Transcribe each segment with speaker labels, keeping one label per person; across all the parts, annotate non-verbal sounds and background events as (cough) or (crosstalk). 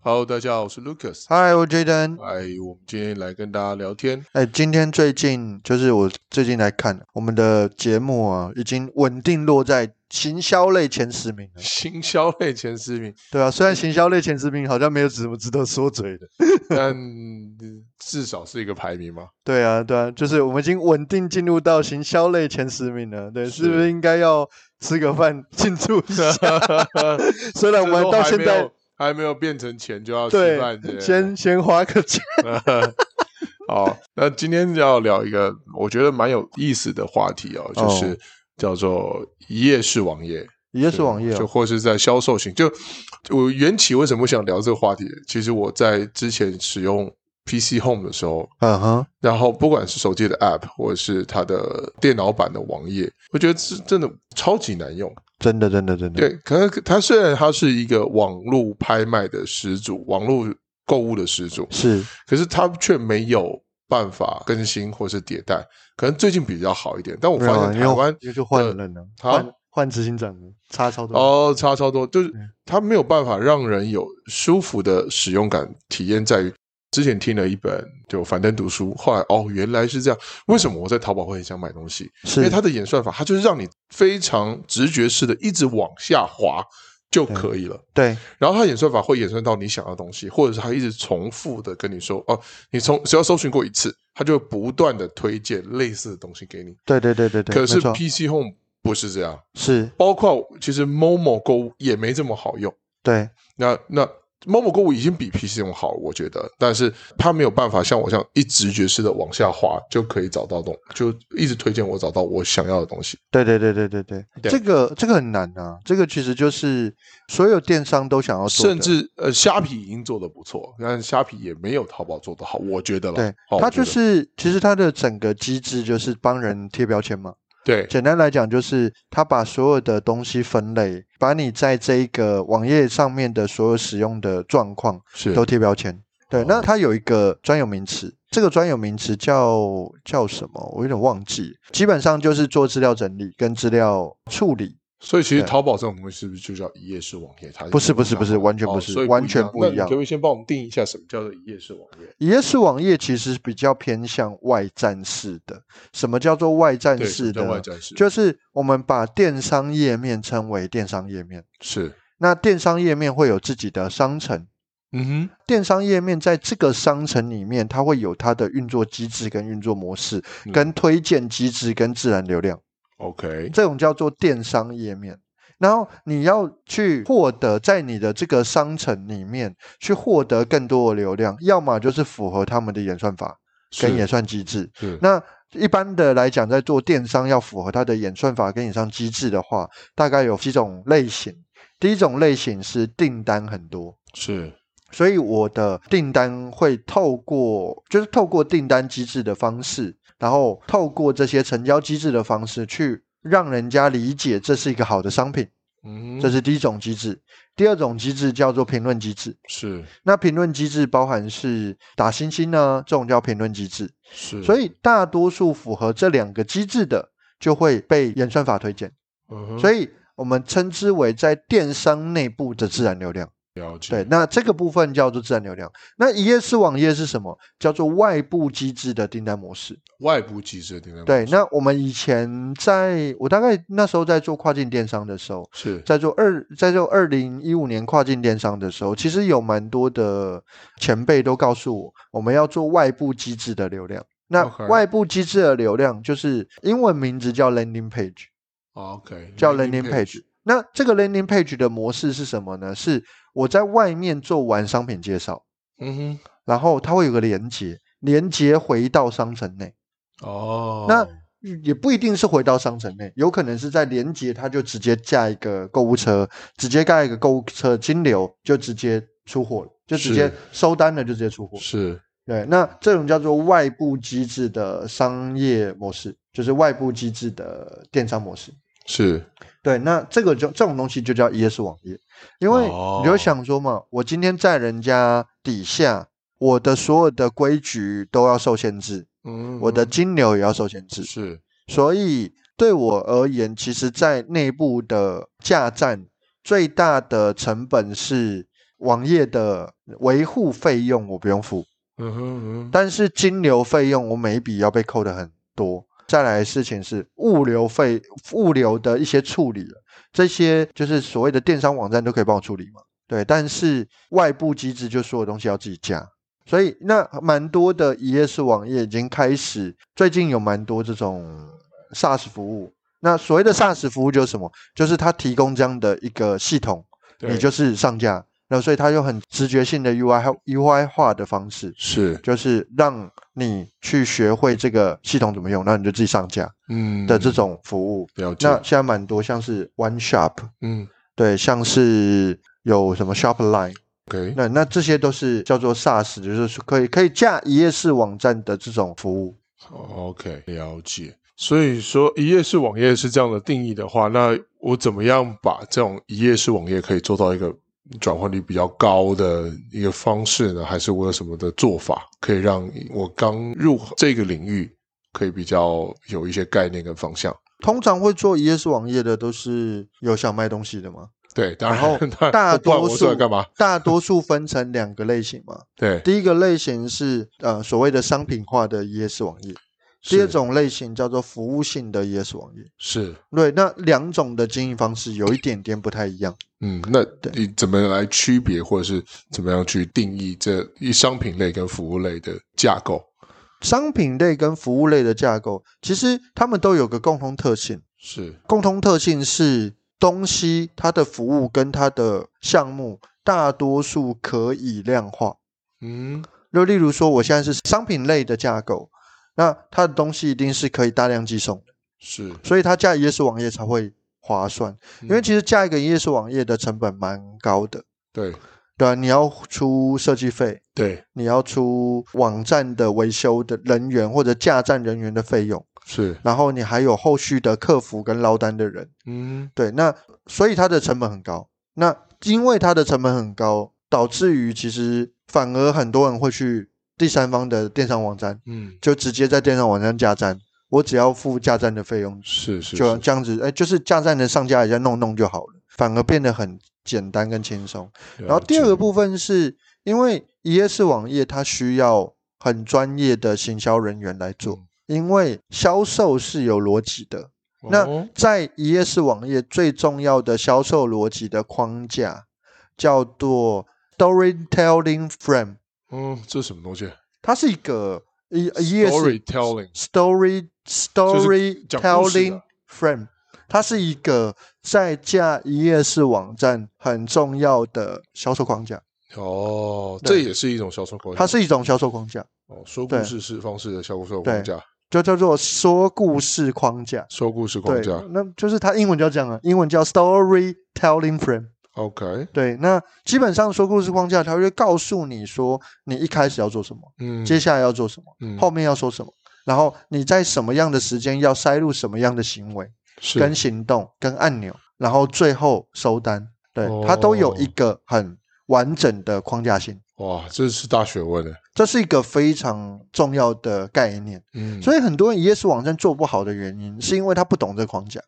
Speaker 1: Hello，大家好，我是 Lucas。
Speaker 2: 嗨，我 Jaden。
Speaker 1: 哎，我们今天来跟大家聊天。 (laughs)
Speaker 2: 哎，今天最近就是我最近来看我们的节目啊，已经稳定落在行销类前十名了。
Speaker 1: 行销类前十名，
Speaker 2: 对啊，虽然行销类前十名好像没有什么值得说嘴的。
Speaker 1: 但至少是一个排名
Speaker 2: (laughs)
Speaker 1: 嘛。
Speaker 2: 对啊，对啊，就是我们已经稳定进入到行销类前十名了。对，是不是应该要吃个饭庆祝一
Speaker 1: (laughs)
Speaker 2: 下？虽然我们到现
Speaker 1: 这都还没
Speaker 2: 在
Speaker 1: 有还没有变成钱就要吃
Speaker 2: 对
Speaker 1: 饭之类的，
Speaker 2: 先先花个钱。
Speaker 1: (laughs) 好，那今天要聊一个我觉得蛮有意思的话题哦，就是叫做一页式网页。
Speaker 2: 一页是网页、
Speaker 1: 就
Speaker 2: 哦，
Speaker 1: 或是在销售型。就我缘起为什么想聊这个话题？其实我在之前使用 PC Home 的时候，
Speaker 2: 嗯哼，
Speaker 1: 然后不管是手机的 App 或者是它的电脑版的网页，我觉得是真的超级难用。
Speaker 2: 真的真的真的，
Speaker 1: 对，可能它虽然它是一个网络拍卖的始祖，网络购物的始祖，
Speaker 2: 是
Speaker 1: 可是它却没有办法更新或是迭代。可能最近比较好一点，但我
Speaker 2: 没有
Speaker 1: 发
Speaker 2: 啊，
Speaker 1: 现
Speaker 2: 因
Speaker 1: 台
Speaker 2: 为
Speaker 1: 湾
Speaker 2: 因为就换人了，
Speaker 1: 好
Speaker 2: 换换执行长了，差超多。
Speaker 1: 哦，差超多，就是
Speaker 2: 嗯
Speaker 1: 它没有办法让人有舒服的使用感体验，在于之前听了一本就樊登读书，后来哦原来是这样，为什么我在淘宝会很想买东西？
Speaker 2: 是
Speaker 1: 因为它的演算法，它就是让你非常直觉式的一直往下滑就可以了。
Speaker 2: 对，
Speaker 1: 然后它演算法会演算到你想要的东西，或者是它一直重复的跟你说哦，你从只要搜寻过一次，它就会不断的推荐类似的东西给你。
Speaker 2: 对对对对对，
Speaker 1: 可是
Speaker 2: 没错
Speaker 1: PC Home 不是这样。
Speaker 2: 是
Speaker 1: 包括其实 Momo 购物也没这么好用。
Speaker 2: 对
Speaker 1: 那那 Momo 购物已经比 PC 用好了，我觉得，但是它没有办法像我这样一直觉式的往下滑就可以找到东，就一直推荐我找到我想要的东西。
Speaker 2: 对对对对对对，
Speaker 1: 对
Speaker 2: 这个这个很难啊，这个其实就是所有电商都想要做的，
Speaker 1: 甚至呃，虾皮已经做的不错，但是虾皮也没有淘宝做的好，我觉得了。
Speaker 2: 对
Speaker 1: 哦，
Speaker 2: 它
Speaker 1: 我觉
Speaker 2: 就
Speaker 1: 得
Speaker 2: 是其实它的整个机制就是帮人贴标签嘛。
Speaker 1: 对
Speaker 2: 简单来讲，就是它把所有的东西分类，把你在这一个网页上面的所有使用的状况
Speaker 1: 是
Speaker 2: 都贴标签。
Speaker 1: 哦
Speaker 2: 对，那它有一个专有名词，这个专有名词叫叫什么？我有点忘记。基本上就是做资料整理跟资料处理。
Speaker 1: 所以其实
Speaker 2: 对
Speaker 1: 淘宝这种东西是不是就叫一页式网页？它
Speaker 2: 不是不是
Speaker 1: 一样
Speaker 2: 不是
Speaker 1: 吗
Speaker 2: 完全
Speaker 1: 哦
Speaker 2: 不是
Speaker 1: 所以
Speaker 2: 完全不
Speaker 1: 那
Speaker 2: 一
Speaker 1: 你
Speaker 2: 样
Speaker 1: 可不可以先帮我们定义一下什么叫做一页式网页？
Speaker 2: 也是网页其实比较偏向外站式的。什么叫做外站
Speaker 1: 对，什么
Speaker 2: 式
Speaker 1: 叫外
Speaker 2: 的？
Speaker 1: 展示
Speaker 2: 就是我们把电商页面称为电商页面。
Speaker 1: 是
Speaker 2: 那电商页面会有自己的商城，
Speaker 1: 嗯哼
Speaker 2: 电商页面在这个商城里面，它会有它的运作机制跟运作模式，
Speaker 1: 嗯
Speaker 2: 跟推荐机制跟自然流量，
Speaker 1: OK
Speaker 2: 这种叫做电商页面。然后你要去获得在你的这个商城里面去获得更多的流量，要么就是符合他们的演算法跟
Speaker 1: 是
Speaker 2: 演算机制，
Speaker 1: 是
Speaker 2: 那一般的来讲，在做电商要符合它的演算法跟演算机制的话，大概有几种类型。第一种类型是订单很多，
Speaker 1: 是
Speaker 2: 所以我的订单会透过就是透过订单机制的方式，然后透过这些成交机制的方式去让人家理解这是一个好的商品，
Speaker 1: 嗯
Speaker 2: 这是第一种机制。第二种机制叫做评论机制，
Speaker 1: 是
Speaker 2: 那评论机制包含是打星星呢，这种叫评论机制。
Speaker 1: 是，
Speaker 2: 所以大多数符合这两个机制的，就会被演算法推荐。
Speaker 1: 所
Speaker 2: 所以我们称之为在电商内部的自然流量。
Speaker 1: 了解
Speaker 2: 对，那这个部分叫做自然流量。那一页式网页是什么？叫做外部机制的订单模式。
Speaker 1: 外部机制的订单模
Speaker 2: 对，
Speaker 1: 式
Speaker 2: 那我们以前在我大概那时候在做跨境电商的时候，
Speaker 1: 是
Speaker 2: 在做二在做二零一五年跨境电商的时候，其实有蛮多的前辈都告诉我，我们要做外部机制的流量。那
Speaker 1: OK
Speaker 2: 外部机制的流量就是英文名字叫 landing page，
Speaker 1: OK
Speaker 2: 叫 landing page。那这个 landing page 的模式是什么呢？是我在外面做完商品介绍，
Speaker 1: 嗯
Speaker 2: 然后它会有个连接，连接回到商城内。
Speaker 1: 哼哦，
Speaker 2: 那也不一定是回到商城内，有可能是在连接，它就直接架一个购物车，直接盖一个购物车金流，就直接出货了，就直接
Speaker 1: 是
Speaker 2: 收单了，就直接出货。
Speaker 1: 是
Speaker 2: 对，那这种叫做外部机制的商业模式，就是外部机制的电商模式。
Speaker 1: 是
Speaker 2: 对，那这个就这种东西就叫 ES 网页，因为
Speaker 1: 哦
Speaker 2: 你就想说嘛，我今天在人家底下，我的所有的规矩都要受限制，
Speaker 1: 嗯
Speaker 2: 我的
Speaker 1: 哼
Speaker 2: 金流也要受限制，
Speaker 1: 是
Speaker 2: 所以对我而言，其实在内部的架站最大的成本是网页的维护费用我不用付，
Speaker 1: 嗯哼嗯
Speaker 2: 但是金流费用我每一笔要被扣的很多。再来的事情是物流费，物流的一些处理，这些就是所谓的电商网站都可以帮我处理嘛。对，但是外部机制就所有东西要自己加，所以那蛮多的一页式网页已经开始，最近有蛮多这种 SaaS 服务。那所谓的 SaaS 服务就是什么？就是它提供这样的一个系统，
Speaker 1: 对
Speaker 2: 你就是上架，然后所以它有很直觉性的 UI 和 UI 化的方式。
Speaker 1: 是
Speaker 2: 就是让你去学会这个系统怎么用，然后你就自己上架
Speaker 1: 嗯
Speaker 2: 的这种服务。
Speaker 1: 了解
Speaker 2: 那，现在蛮多，像是 One Shop，
Speaker 1: 嗯
Speaker 2: 对，像是有什么 Shopline，
Speaker 1: ，OK，
Speaker 2: 那那这些都是叫做 SaaS，就是可以可以架一页式网站的这种服务。
Speaker 1: OK，了解。所以说，一页式网页是这样的定义的话，那我怎么样把这种一页式网页可以做到一个转换率比较高的一个方式呢？还是我有什么的做法可以让我刚入这个领域可以比较有一些概念跟方向？
Speaker 2: 通常会做一页式网页的都是有想卖东西的嘛，
Speaker 1: 对，当
Speaker 2: 然后
Speaker 1: (laughs) 然，当然
Speaker 2: 大
Speaker 1: 哎不然
Speaker 2: 多
Speaker 1: 我出来
Speaker 2: 数
Speaker 1: 干嘛？
Speaker 2: 大多数分成两个类型嘛。
Speaker 1: 对，
Speaker 2: 第一个类型是呃所谓的商品化的 ES 网页，第二
Speaker 1: 是
Speaker 2: 种类型叫做服务性的 ES 网页。
Speaker 1: 是，
Speaker 2: 对，那两种的经营方式有一点点不太一样。
Speaker 1: 嗯，那
Speaker 2: 对
Speaker 1: 你怎么来区别，或者是怎么样去定义这一商品类跟服务类的架构？
Speaker 2: 商品类跟服务类的架构，其实它们都有个共通特性，
Speaker 1: 是，
Speaker 2: 共通特性是东西它的服务跟它的项目大多数可以量化。
Speaker 1: 嗯，
Speaker 2: 就例如说，我现在是商品类的架构，那它的东西一定是可以大量寄送的，
Speaker 1: 是，
Speaker 2: 所以它架一页式网页才会划算。因为
Speaker 1: 嗯
Speaker 2: 其实架一个一页式网页的成本蛮高的，
Speaker 1: 对
Speaker 2: 对啊，你要出设计费，
Speaker 1: 对
Speaker 2: 你要出网站的维修的人员或者架站人员的费用，
Speaker 1: 是，
Speaker 2: 然后你还有后续的客服跟捞单的人，
Speaker 1: 嗯
Speaker 2: 对，那所以它的成本很高。那因为它的成本很高，导致于其实反而很多人会去第三方的电商网站，
Speaker 1: 嗯，
Speaker 2: 就直接在电商网站架站，我只要付架站的费用，
Speaker 1: 是是，
Speaker 2: 就是这样子，哎，就是架站的上架一下弄弄就好了，反而变得很简单跟轻松。然后
Speaker 1: 了
Speaker 2: 第二
Speaker 1: 解
Speaker 2: 个部分是因为一页式网页它需要很专业的行销人员来做，
Speaker 1: 嗯
Speaker 2: 因为销售是有逻辑的。那
Speaker 1: 哦
Speaker 2: 在一页式网页最重要的销售逻辑的框架叫做 storytelling frame，
Speaker 1: 嗯，这是什么东西
Speaker 2: 它是一个一一页式
Speaker 1: ？Storytelling
Speaker 2: story
Speaker 1: 讲故事
Speaker 2: storytelling
Speaker 1: 的
Speaker 2: frame，它是一个在架一页式网站很重要的销售框架。
Speaker 1: 哦，这
Speaker 2: 对
Speaker 1: 也是一种销售框架，
Speaker 2: 它是一种销售框架，
Speaker 1: 哦，说故
Speaker 2: 对
Speaker 1: 事式方式的销售框
Speaker 2: 对
Speaker 1: 架，
Speaker 2: 就叫做说故事框架。
Speaker 1: 说故事框
Speaker 2: 对
Speaker 1: 架，
Speaker 2: 那就是它英文叫这样啊，英文叫 storytelling frame。
Speaker 1: ，OK，
Speaker 2: 对，那基本上说故事框架，它会告诉你说你一开始要做什么，
Speaker 1: 嗯，
Speaker 2: 接下来要做什么，
Speaker 1: 嗯
Speaker 2: 后面要说什么，然后你在什么样的时间要塞入什么样的行为、
Speaker 1: 是
Speaker 2: 跟行动、跟按钮，然后最后收单。对，它都有一
Speaker 1: 哦
Speaker 2: 个很完整的框架性，
Speaker 1: 哇，这是大学问的，
Speaker 2: 这是一个非常重要的概念。
Speaker 1: 嗯，
Speaker 2: 所以很多人一页式网站做不好的原因，是因为他不懂这个框架。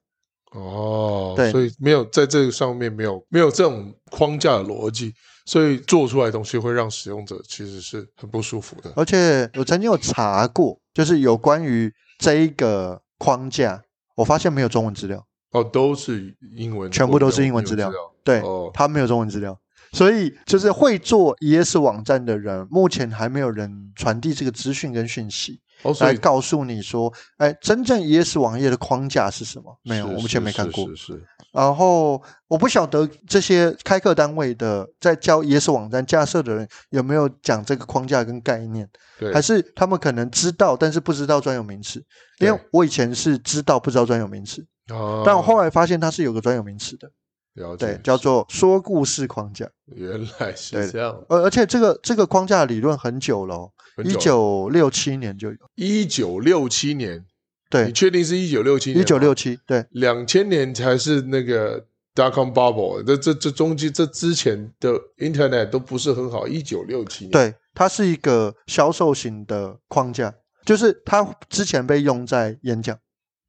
Speaker 1: 哦，
Speaker 2: 对
Speaker 1: 所以没有在这个上面没有没有这种框架的逻辑，所以做出来的东西会让使用者其实是很不舒服的。
Speaker 2: 而且我曾经有查过，就是有关于这一个框架，我发现没有中文资料，
Speaker 1: 哦，都是英文，
Speaker 2: 全部都是英文资料对，
Speaker 1: 哦
Speaker 2: 它没有中文资料。所以就是会做 ES 网站的人，目前还没有人传递这个资讯跟讯息，
Speaker 1: 哦，所
Speaker 2: 来
Speaker 1: 以
Speaker 2: 告诉你说，哎，真正 ES 网页的框架是什么？没有，
Speaker 1: 是
Speaker 2: 我目
Speaker 1: 是
Speaker 2: 前没看
Speaker 1: 是
Speaker 2: 过。
Speaker 1: 是是
Speaker 2: 然后我不晓得这些开课单位的在教 ES 网站架设的人有没有讲这个框架跟概念，
Speaker 1: 对，
Speaker 2: 还是他们可能知道，但是不知道专有名词。因为
Speaker 1: 对
Speaker 2: 我以前是知道不知道专有名词，
Speaker 1: 啊，
Speaker 2: 但我后来发现它是有个专有名词的，
Speaker 1: 了解
Speaker 2: 对，叫做说故事框架。
Speaker 1: 原来是
Speaker 2: 对
Speaker 1: 这样。
Speaker 2: 而而且这个这个框架理论很久了、哦，一九六七年就有，
Speaker 1: 一九六七年，你
Speaker 2: 对，
Speaker 1: 确定是一九六七年？
Speaker 2: 一九六七，对，
Speaker 1: 两千年才是那个 dot com bubble，这这这中间这之前的 internet 都不是很好。一九六七年，
Speaker 2: 对，它是一个销售型的框架，就是它之前被用在演讲。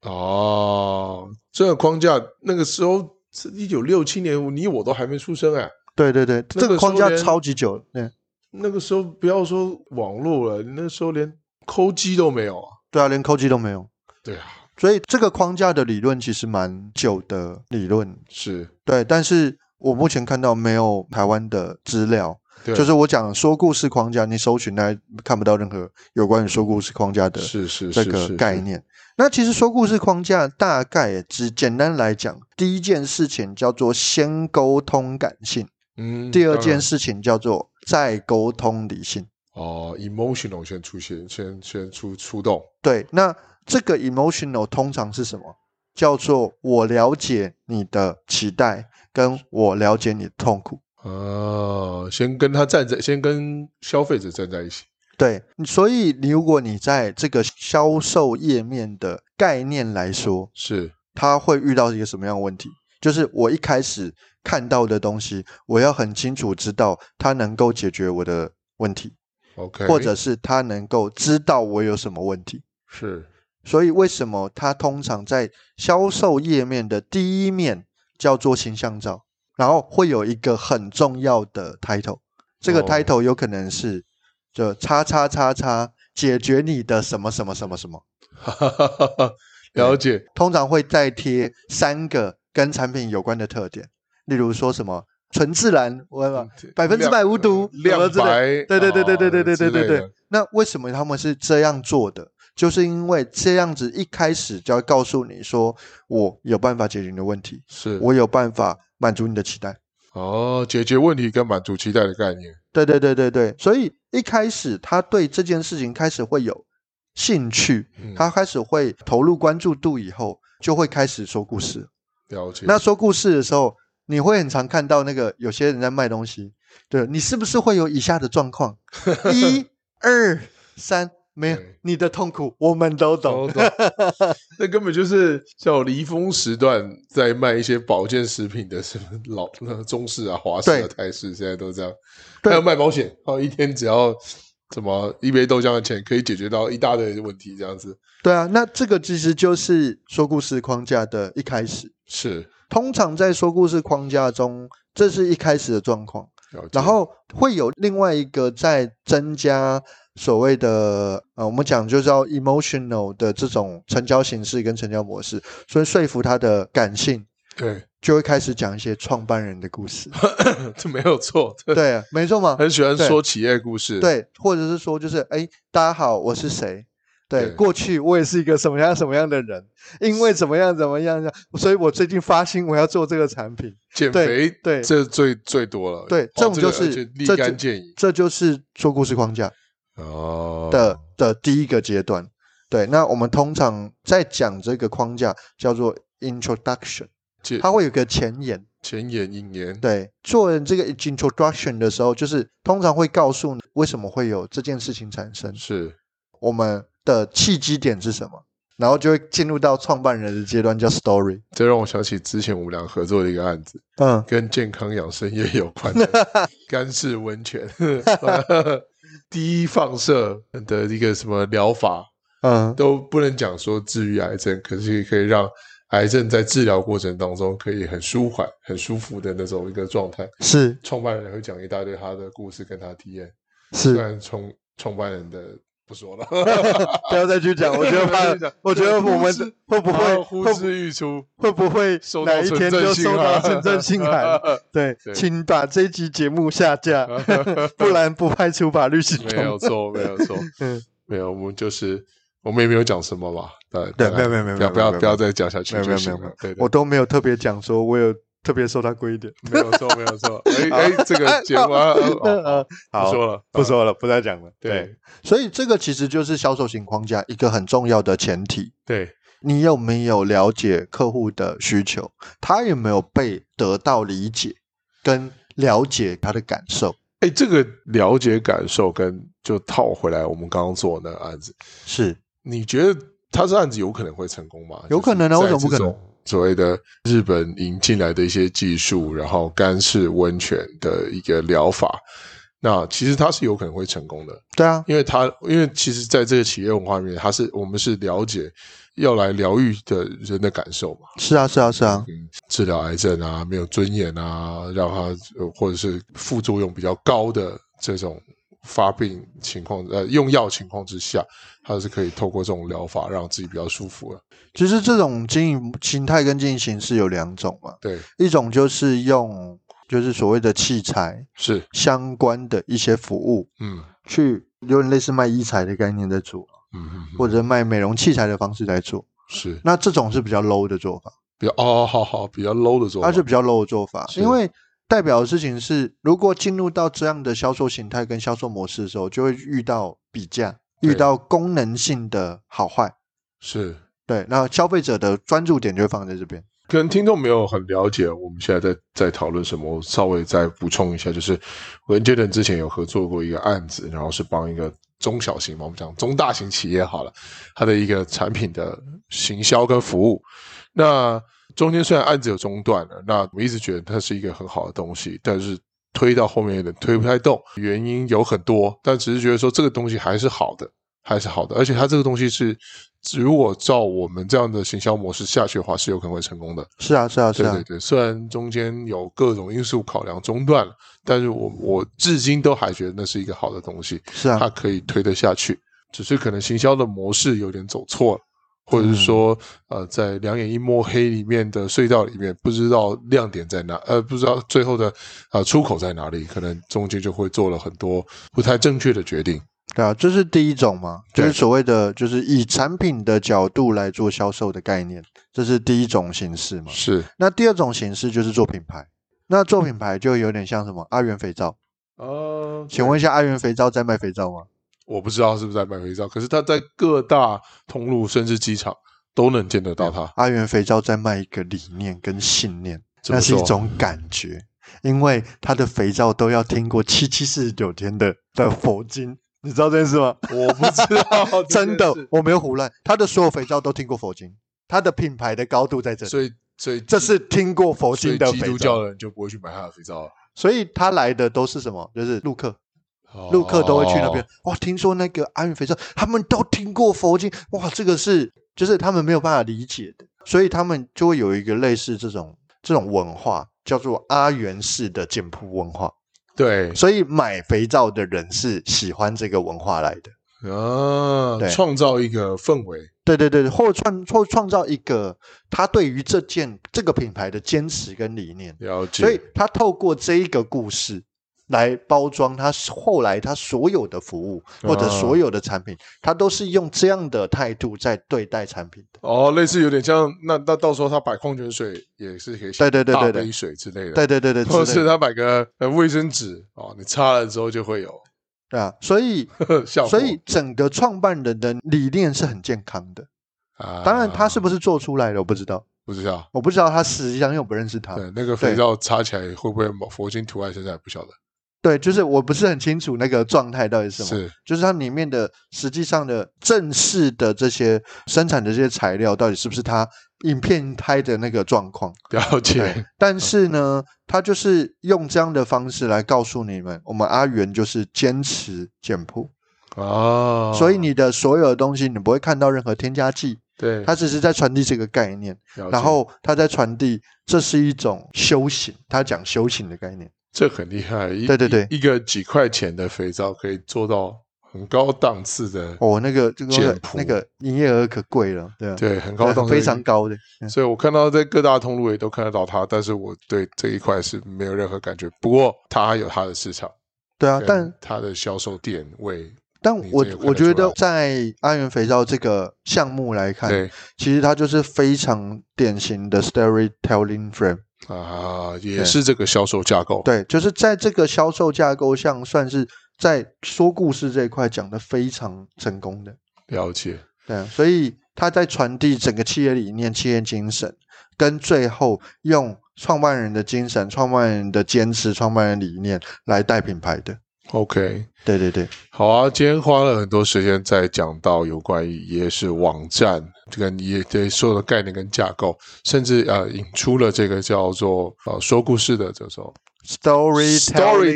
Speaker 1: 哦，这个框架那个时候是一九六七年，你我都还没出生哎、
Speaker 2: 对对对，
Speaker 1: 那
Speaker 2: 这
Speaker 1: 个
Speaker 2: 个
Speaker 1: 时候
Speaker 2: 框架
Speaker 1: 连
Speaker 2: 超级久了，对
Speaker 1: 那个时候不要说网络了，那时候连抠机都没有啊。
Speaker 2: 对啊，连扣机都没有。
Speaker 1: 对啊，
Speaker 2: 所以这个框架的理论其实蛮久的理论，
Speaker 1: 是，
Speaker 2: 对。但是我目前看到没有台湾的资料，
Speaker 1: 对
Speaker 2: 就是我讲说故事框架，你搜寻来看不到任何有关于说故事框架的
Speaker 1: 是是
Speaker 2: 这
Speaker 1: 是
Speaker 2: 个
Speaker 1: 是
Speaker 2: 概
Speaker 1: 是
Speaker 2: 念。那其实说故事框架大概只简单来讲，第一件事情叫做先沟通感性，
Speaker 1: 嗯，
Speaker 2: 第二
Speaker 1: 当
Speaker 2: 件
Speaker 1: 然
Speaker 2: 事情叫做再沟通理性。
Speaker 1: 哦，emotional 先出现，先先出出动，
Speaker 2: 对，那这个 emotional 通常是什么？叫做我了解你的期待，跟我了解你的痛苦。
Speaker 1: 哦，先跟他站在，先跟消费者站在一起。
Speaker 2: 对，所以你如果你在这个销售页面的概念来说，
Speaker 1: 是，
Speaker 2: 它会遇到一个什么样的问题？就是我一开始看到的东西，我要很清楚知道它能够解决我的问题，
Speaker 1: OK，
Speaker 2: 或者是它能够知道我有什么问题。
Speaker 1: 是
Speaker 2: 所以为什么它通常在销售页面的第一面叫做形象照，然后会有一个很重要的 title，这个
Speaker 1: 哦
Speaker 2: title 有可能是就叉叉叉叉解决你的什么什么什么什么，
Speaker 1: 哈哈哈哈哈，了解，
Speaker 2: 通常会再贴三个跟产品有关的特点，例如说什么纯自然，我吧百分之百无毒，
Speaker 1: 亮
Speaker 2: 什么
Speaker 1: 呃亮
Speaker 2: 之类的
Speaker 1: 白，
Speaker 2: 对对对对对对
Speaker 1: 啊
Speaker 2: 对对
Speaker 1: 之
Speaker 2: 对
Speaker 1: 类的
Speaker 2: 对。那为什么他们是这样做的？就是因为这样子一开始就要告诉你说，我有办法解决你的问题，
Speaker 1: 是
Speaker 2: 我有办法满足你的期待。
Speaker 1: 哦，解决问题跟满足期待的概念，
Speaker 2: 对对对对对，所以一开始他对这件事情开始会有兴趣，
Speaker 1: 嗯
Speaker 2: 他开始会投入关注度以后，就会开始说故事。
Speaker 1: 了解。
Speaker 2: 那说故事的时候，你会很常看到那个有些人在卖东西，对你是不是会有以下的状 (laughs) 况？一、二、三，没有
Speaker 1: 对
Speaker 2: 你的痛苦，我们都懂。
Speaker 1: 懂懂 (laughs) 那根本就是叫离峰时段在卖一些保健食品的什么老那中式啊、华式啊、
Speaker 2: 对
Speaker 1: 泰式，现在都这样。
Speaker 2: 对
Speaker 1: 还有卖保险，哦，一天只要什么一杯豆浆的钱，可以解决到一大堆的问题，这样子
Speaker 2: 对啊，那这个其实就是说故事框架的一开始。
Speaker 1: 是
Speaker 2: 通常在说故事框架中，这是一开始的状况，
Speaker 1: 了解。
Speaker 2: 然后会有另外一个在增加所谓的呃，我们讲就叫 emotional 的这种成交形式跟成交模式，所以说服他的感性。
Speaker 1: 对， (clears throat)
Speaker 2: 就会开始讲一些创办人的故事。
Speaker 1: (laughs) 这没有错，这
Speaker 2: 对，啊没错嘛。
Speaker 1: 很喜欢
Speaker 2: 对
Speaker 1: 说企业故事。，
Speaker 2: 对，或者是说就是，哎，大家好，我是谁？对，
Speaker 1: 对
Speaker 2: 过去我也是一个什么样什么样的人，因为怎么样怎么样，所以我最近发心我要做这个产品。
Speaker 1: 减
Speaker 2: 对
Speaker 1: 肥
Speaker 2: 对
Speaker 1: 这最最多了。
Speaker 2: 对
Speaker 1: 哦
Speaker 2: 这种
Speaker 1: 个
Speaker 2: 就是
Speaker 1: 而且立
Speaker 2: 这就
Speaker 1: 竿见影
Speaker 2: 这就是说故事框架
Speaker 1: 哦
Speaker 2: 的、的第一个阶段。对，那我们通常在讲这个框架叫做 introduction，
Speaker 1: 解
Speaker 2: 它会有个前言。
Speaker 1: 前言引言。
Speaker 2: 对，做这个 introduction 的时候，就是通常会告诉你为什么会有这件事情产生，
Speaker 1: 是
Speaker 2: 我们的契机点是什么，然后就会进入到创办人的阶段，叫 story。
Speaker 1: 这让我想起之前我们俩合作的一个案子，
Speaker 2: 嗯，
Speaker 1: 跟健康养生也有关的
Speaker 2: (laughs)
Speaker 1: 干式温泉， (laughs) 第一放射的一个什么疗法
Speaker 2: 嗯，
Speaker 1: 都不能讲说治愈癌症，可是可以让癌症在治疗过程当中可以很舒缓、很舒服的那种一个状态。
Speaker 2: 是
Speaker 1: 创办人会讲一大堆他的故事跟他的体验，虽
Speaker 2: 是，
Speaker 1: 然创创办人的不说了，
Speaker 2: (laughs) 不要再去讲，我觉得
Speaker 1: 不要再
Speaker 2: (laughs) 怕
Speaker 1: 去讲，
Speaker 2: 我觉得我
Speaker 1: 呼
Speaker 2: 们
Speaker 1: 之
Speaker 2: 会 (laughs) 不
Speaker 1: 然后
Speaker 2: 会
Speaker 1: 呼
Speaker 2: 会不
Speaker 1: 之欲出，
Speaker 2: 会不会
Speaker 1: 收到
Speaker 2: 哪一天就收到
Speaker 1: 纯
Speaker 2: 纯正
Speaker 1: 正
Speaker 2: 信
Speaker 1: 信
Speaker 2: 函
Speaker 1: 函？
Speaker 2: (laughs) 对，
Speaker 1: 对
Speaker 2: 请把这一集节目下 (laughs) 架，不然不排除法律行
Speaker 1: 没有
Speaker 2: 动。 (laughs)
Speaker 1: 错，没有错，
Speaker 2: 嗯，
Speaker 1: 没有，我们就是我们也没有讲什么吧？对
Speaker 2: 对没有没有没有
Speaker 1: 不要
Speaker 2: 没有
Speaker 1: 不要
Speaker 2: 没有
Speaker 1: 不要再讲下去
Speaker 2: 没有没
Speaker 1: 就
Speaker 2: 有
Speaker 1: 行
Speaker 2: 没有
Speaker 1: 了。对，对
Speaker 2: 我都没有特别讲说我有特别受他规 (laughs) 定。
Speaker 1: 没有错，没有
Speaker 2: (laughs)
Speaker 1: 错。哎哎，这个节目啊，哦
Speaker 2: 呃，
Speaker 1: 不
Speaker 2: (laughs) 好，
Speaker 1: 说了，
Speaker 2: 不说了，不嗯再讲了。
Speaker 1: 对
Speaker 2: 所以这个其实就是销售型框架一个很重要的前提。
Speaker 1: 对，
Speaker 2: 你有没有了解客户的需求？他有没有被得到理解跟了解他的感受？
Speaker 1: 哎，这个了解感受跟就套回来，我们刚刚做的那个案子，
Speaker 2: 是
Speaker 1: 你觉得他这案子有可能会成功吗？
Speaker 2: 有可能啊
Speaker 1: 就是
Speaker 2: 为什么不可能
Speaker 1: 在这种所谓的日本引进来的一些技术，然后干式温泉的一个疗法，那其实它是有可能会成功的。
Speaker 2: 对啊，
Speaker 1: 因为他，因为其实在这个企业文化里面，他是我们是了解要来疗愈的人的感受嘛，
Speaker 2: 是啊，是啊，是啊，
Speaker 1: 嗯，治疗癌症啊，没有尊严啊，让他呃或者是副作用比较高的这种发病情况呃用药情况之下，它是可以透过这种疗法让自己比较舒服了。
Speaker 2: 其实这种经营形态跟经营形式有两种嘛，
Speaker 1: 对，
Speaker 2: 一种就是用就是所谓的器材
Speaker 1: 是，
Speaker 2: 相关的一些服务，
Speaker 1: 嗯
Speaker 2: 去有点类似卖医材的概念在做，
Speaker 1: 嗯嗯，嗯
Speaker 2: 或者卖美容器材的方式在做。
Speaker 1: 是
Speaker 2: 那这种是比较 low 的做法，
Speaker 1: 比较哦，好好，比较 low 的做法，
Speaker 2: 它是比较 low 的做法，
Speaker 1: 是
Speaker 2: 因为代表的事情是，如果进入到这样的销售形态跟销售模式的时候，就会遇到比价，
Speaker 1: 对
Speaker 2: 遇到功能性的好坏。
Speaker 1: 是
Speaker 2: 对，那消费者的专注点就会放在这边。
Speaker 1: 可能听众没有很了解我们现在在在讨论什么，我稍微再补充一下，就是我跟 Jaden 之前有合作过一个案子，然后是帮一个中小型嘛，我们讲中大型企业好了，它的一个产品的行销跟服务。那中间虽然案子有中断了，那我一直觉得它是一个很好的东西，但是推到后面有点推不太动，原因有很多，但只是觉得说这个东西还是好的。还是好的，而且它这个东西是，如果照我们这样的行销模式下去的话，是有可能会成功的。
Speaker 2: 是啊，是啊，是
Speaker 1: 对
Speaker 2: 啊，
Speaker 1: 对对，虽然中间有各种因素考量中断了，但是我我至今都还觉得那是一个好的东西，
Speaker 2: 是啊，
Speaker 1: 它可以推得下去。只是可能行销的模式有点走错了，或者
Speaker 2: 嗯
Speaker 1: 是说，呃，在两眼一摸黑里面的隧道里面，不知道亮点在哪，呃，不知道最后的呃出口在哪里，可能中间就会做了很多不太正确的决定。
Speaker 2: 对啊，这是第一种嘛，就
Speaker 1: 对
Speaker 2: 是所谓的，就是以产品的角度来做销售的概念，这是第一种形式嘛。
Speaker 1: 是
Speaker 2: 那第二种形式就是做品牌，那做品牌就有点像什么阿元肥皂，
Speaker 1: 呃，
Speaker 2: 请问一下阿元肥皂在卖肥皂吗？
Speaker 1: 我不知道是不是在卖肥皂，可是它在各大通路甚至机场都能见得到它。
Speaker 2: 阿元肥皂在卖一个理念跟信念，
Speaker 1: 怎么
Speaker 2: 那是一
Speaker 1: 说
Speaker 2: 种感觉，因为它的肥皂都要听过七七四十九天的的佛经，你知道这件
Speaker 1: (laughs)
Speaker 2: 事吗？ (laughs)
Speaker 1: 我不知道这
Speaker 2: 真
Speaker 1: 件
Speaker 2: 的
Speaker 1: 事，
Speaker 2: 我没有胡乱，它的所有肥皂都听过佛经，它的品牌的高度在这里。
Speaker 1: 所以所以
Speaker 2: 这是听过佛
Speaker 1: 所
Speaker 2: 经
Speaker 1: 以
Speaker 2: 的
Speaker 1: 基
Speaker 2: 肥
Speaker 1: 督
Speaker 2: 皂，
Speaker 1: 教的人就不会去买它的肥皂了。
Speaker 2: 所以他来的都是什么？就是陆客，陆客都会去那
Speaker 1: 哦
Speaker 2: 边。哇，听说那个安云肥皂，他们都听过佛经，哇，这个是就是他们没有办法理解的，所以他们就会有一个类似这种这种文化，叫做阿元式的简朴文化。
Speaker 1: 对
Speaker 2: 所以买肥皂的人是喜欢这个文化来的。
Speaker 1: 啊
Speaker 2: 对，
Speaker 1: 创造一个氛围。
Speaker 2: 对对对，或创或创造一个他对于这件这个品牌的坚持跟理念。
Speaker 1: 了解，
Speaker 2: 所以他透过这一个故事来包装他后来他所有的服务
Speaker 1: 啊
Speaker 2: 或者所有的产品，他都是用这样的态度在对待产品的。
Speaker 1: 哦，类似有点像那那到时候他买矿泉水也是可以
Speaker 2: 对对对对
Speaker 1: 大
Speaker 2: 对
Speaker 1: 杯水之类的，
Speaker 2: 对对对对，
Speaker 1: 啊或者
Speaker 2: 之类
Speaker 1: 是
Speaker 2: 的
Speaker 1: 他买个呃卫生纸哦，你擦了之后就会有 (laughs)
Speaker 2: 对啊，所以
Speaker 1: 效果。
Speaker 2: 所以整个创办人的理念是很健康的。
Speaker 1: 啊，
Speaker 2: 当然，他是不是做出来的我不知道，
Speaker 1: 不知道。
Speaker 2: 我不知道他实际上因为我不认识他。
Speaker 1: 对，那个肥皂擦起来会不会某佛经图案，现在也不晓得。
Speaker 2: 对，就是我不是很清楚那个状态到底是什么。
Speaker 1: 是
Speaker 2: 就是它里面的实际上的正式的这些生产的这些材料，到底是不是它影片拍的那个状况？
Speaker 1: 了
Speaker 2: 对
Speaker 1: 解，，
Speaker 2: 但是
Speaker 1: 嗯
Speaker 2: 呢，它就是用这样的方式来告诉你们，我们阿元就是坚持简朴，
Speaker 1: 哦，
Speaker 2: 所以你的所有的东西你不会看到任何添加剂，
Speaker 1: 对，
Speaker 2: 它只是在传递这个概念，
Speaker 1: 了解
Speaker 2: 然后它在传递这是一种修行，它讲修行的概念，
Speaker 1: 这很厉害，一
Speaker 2: 对对对
Speaker 1: 一一个几块钱的肥皂可以做到很高档次的，
Speaker 2: 哦，那个这
Speaker 1: 简
Speaker 2: 个
Speaker 1: 朴
Speaker 2: 那个营业额可贵了，对啊，
Speaker 1: 对，很高档，
Speaker 2: 非常。高的，嗯
Speaker 1: 所以我看到在各大通路也都看得到它，但是我对这一块是没有任何感觉。不过它有它的市场，
Speaker 2: 对啊，
Speaker 1: 跟
Speaker 2: 但
Speaker 1: 它的销售点位，
Speaker 2: 但
Speaker 1: 你
Speaker 2: 我
Speaker 1: 这个看
Speaker 2: 我
Speaker 1: 得
Speaker 2: 觉
Speaker 1: 出
Speaker 2: 得
Speaker 1: 来
Speaker 2: 在阿元肥皂这个项目来看，
Speaker 1: 对
Speaker 2: 其实它就是非常典型的 storytelling frame。
Speaker 1: 啊，
Speaker 2: 对
Speaker 1: 也是这个销售架构，
Speaker 2: 对，就是在这个销售架构上，算是在说故事这一块讲的非常成功的。
Speaker 1: 了解。
Speaker 2: 对啊，所以他在传递整个企业理念、企业精神，跟最后用创办人的精神、创办人的坚持、创办人理念来带品牌的。
Speaker 1: OK，
Speaker 2: 对对对，
Speaker 1: 好啊，今天花了很多时间在讲到有关于也是网站跟也对所有的概念跟架构，甚至呃引出了这个叫做呃说故事的叫做
Speaker 2: storytelling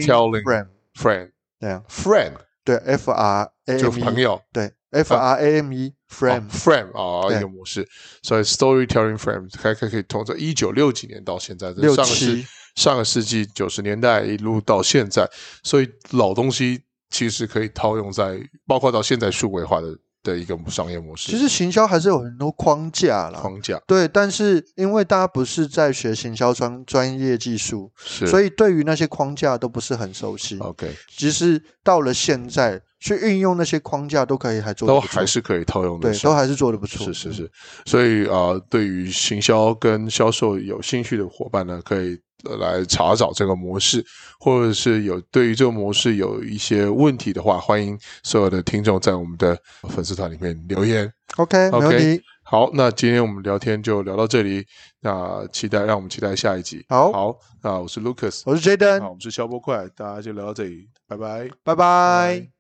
Speaker 1: Storytelling
Speaker 2: frame。
Speaker 1: friend
Speaker 2: 对啊，
Speaker 1: friend
Speaker 2: 对 F R A
Speaker 1: 就
Speaker 2: M
Speaker 1: 朋
Speaker 2: E
Speaker 1: 友
Speaker 2: 对，F R A M
Speaker 1: 哦
Speaker 2: E frame，、
Speaker 1: frame 啊、
Speaker 2: 对
Speaker 1: 一个模式，所以 storytelling frame 还可以可以从这一九六几年到现在，这
Speaker 2: 六
Speaker 1: 上个世
Speaker 2: 七
Speaker 1: 上个世纪九十年代一路到现在，所以老东西其实可以套用在包括到现在数位化的的一个商业模式。
Speaker 2: 其实行销还是有很多框架啦。
Speaker 1: 框架
Speaker 2: 对，但是因为大家不是在学行销专专业技术，
Speaker 1: 是，哦
Speaker 2: 所
Speaker 1: 以
Speaker 2: 以对于那些框架都不是很熟悉。
Speaker 1: OK
Speaker 2: 其实到了现在，去运用那些框架都可以，还做
Speaker 1: 都
Speaker 2: 得不错
Speaker 1: 还是可以套用的，
Speaker 2: 对，都还是做的不错。
Speaker 1: 是
Speaker 2: 嗯
Speaker 1: 是是，所以啊、呃对于行销跟销售有兴趣的伙伴呢，可以呃来查找这个模式，或者是有对于这个模式有一些问题的话，欢迎所有的听众在我们的粉丝团里面留言。
Speaker 2: OK，没
Speaker 1: OK
Speaker 2: 问题。
Speaker 1: 好，那今天我们聊天就聊到这里，那期待让我们期待下一集。
Speaker 2: 好
Speaker 1: 好，那我是 Lucas，
Speaker 2: 我是 Jaden，
Speaker 1: 那我们是消波快，大家就聊到这里，拜拜。
Speaker 2: 拜拜。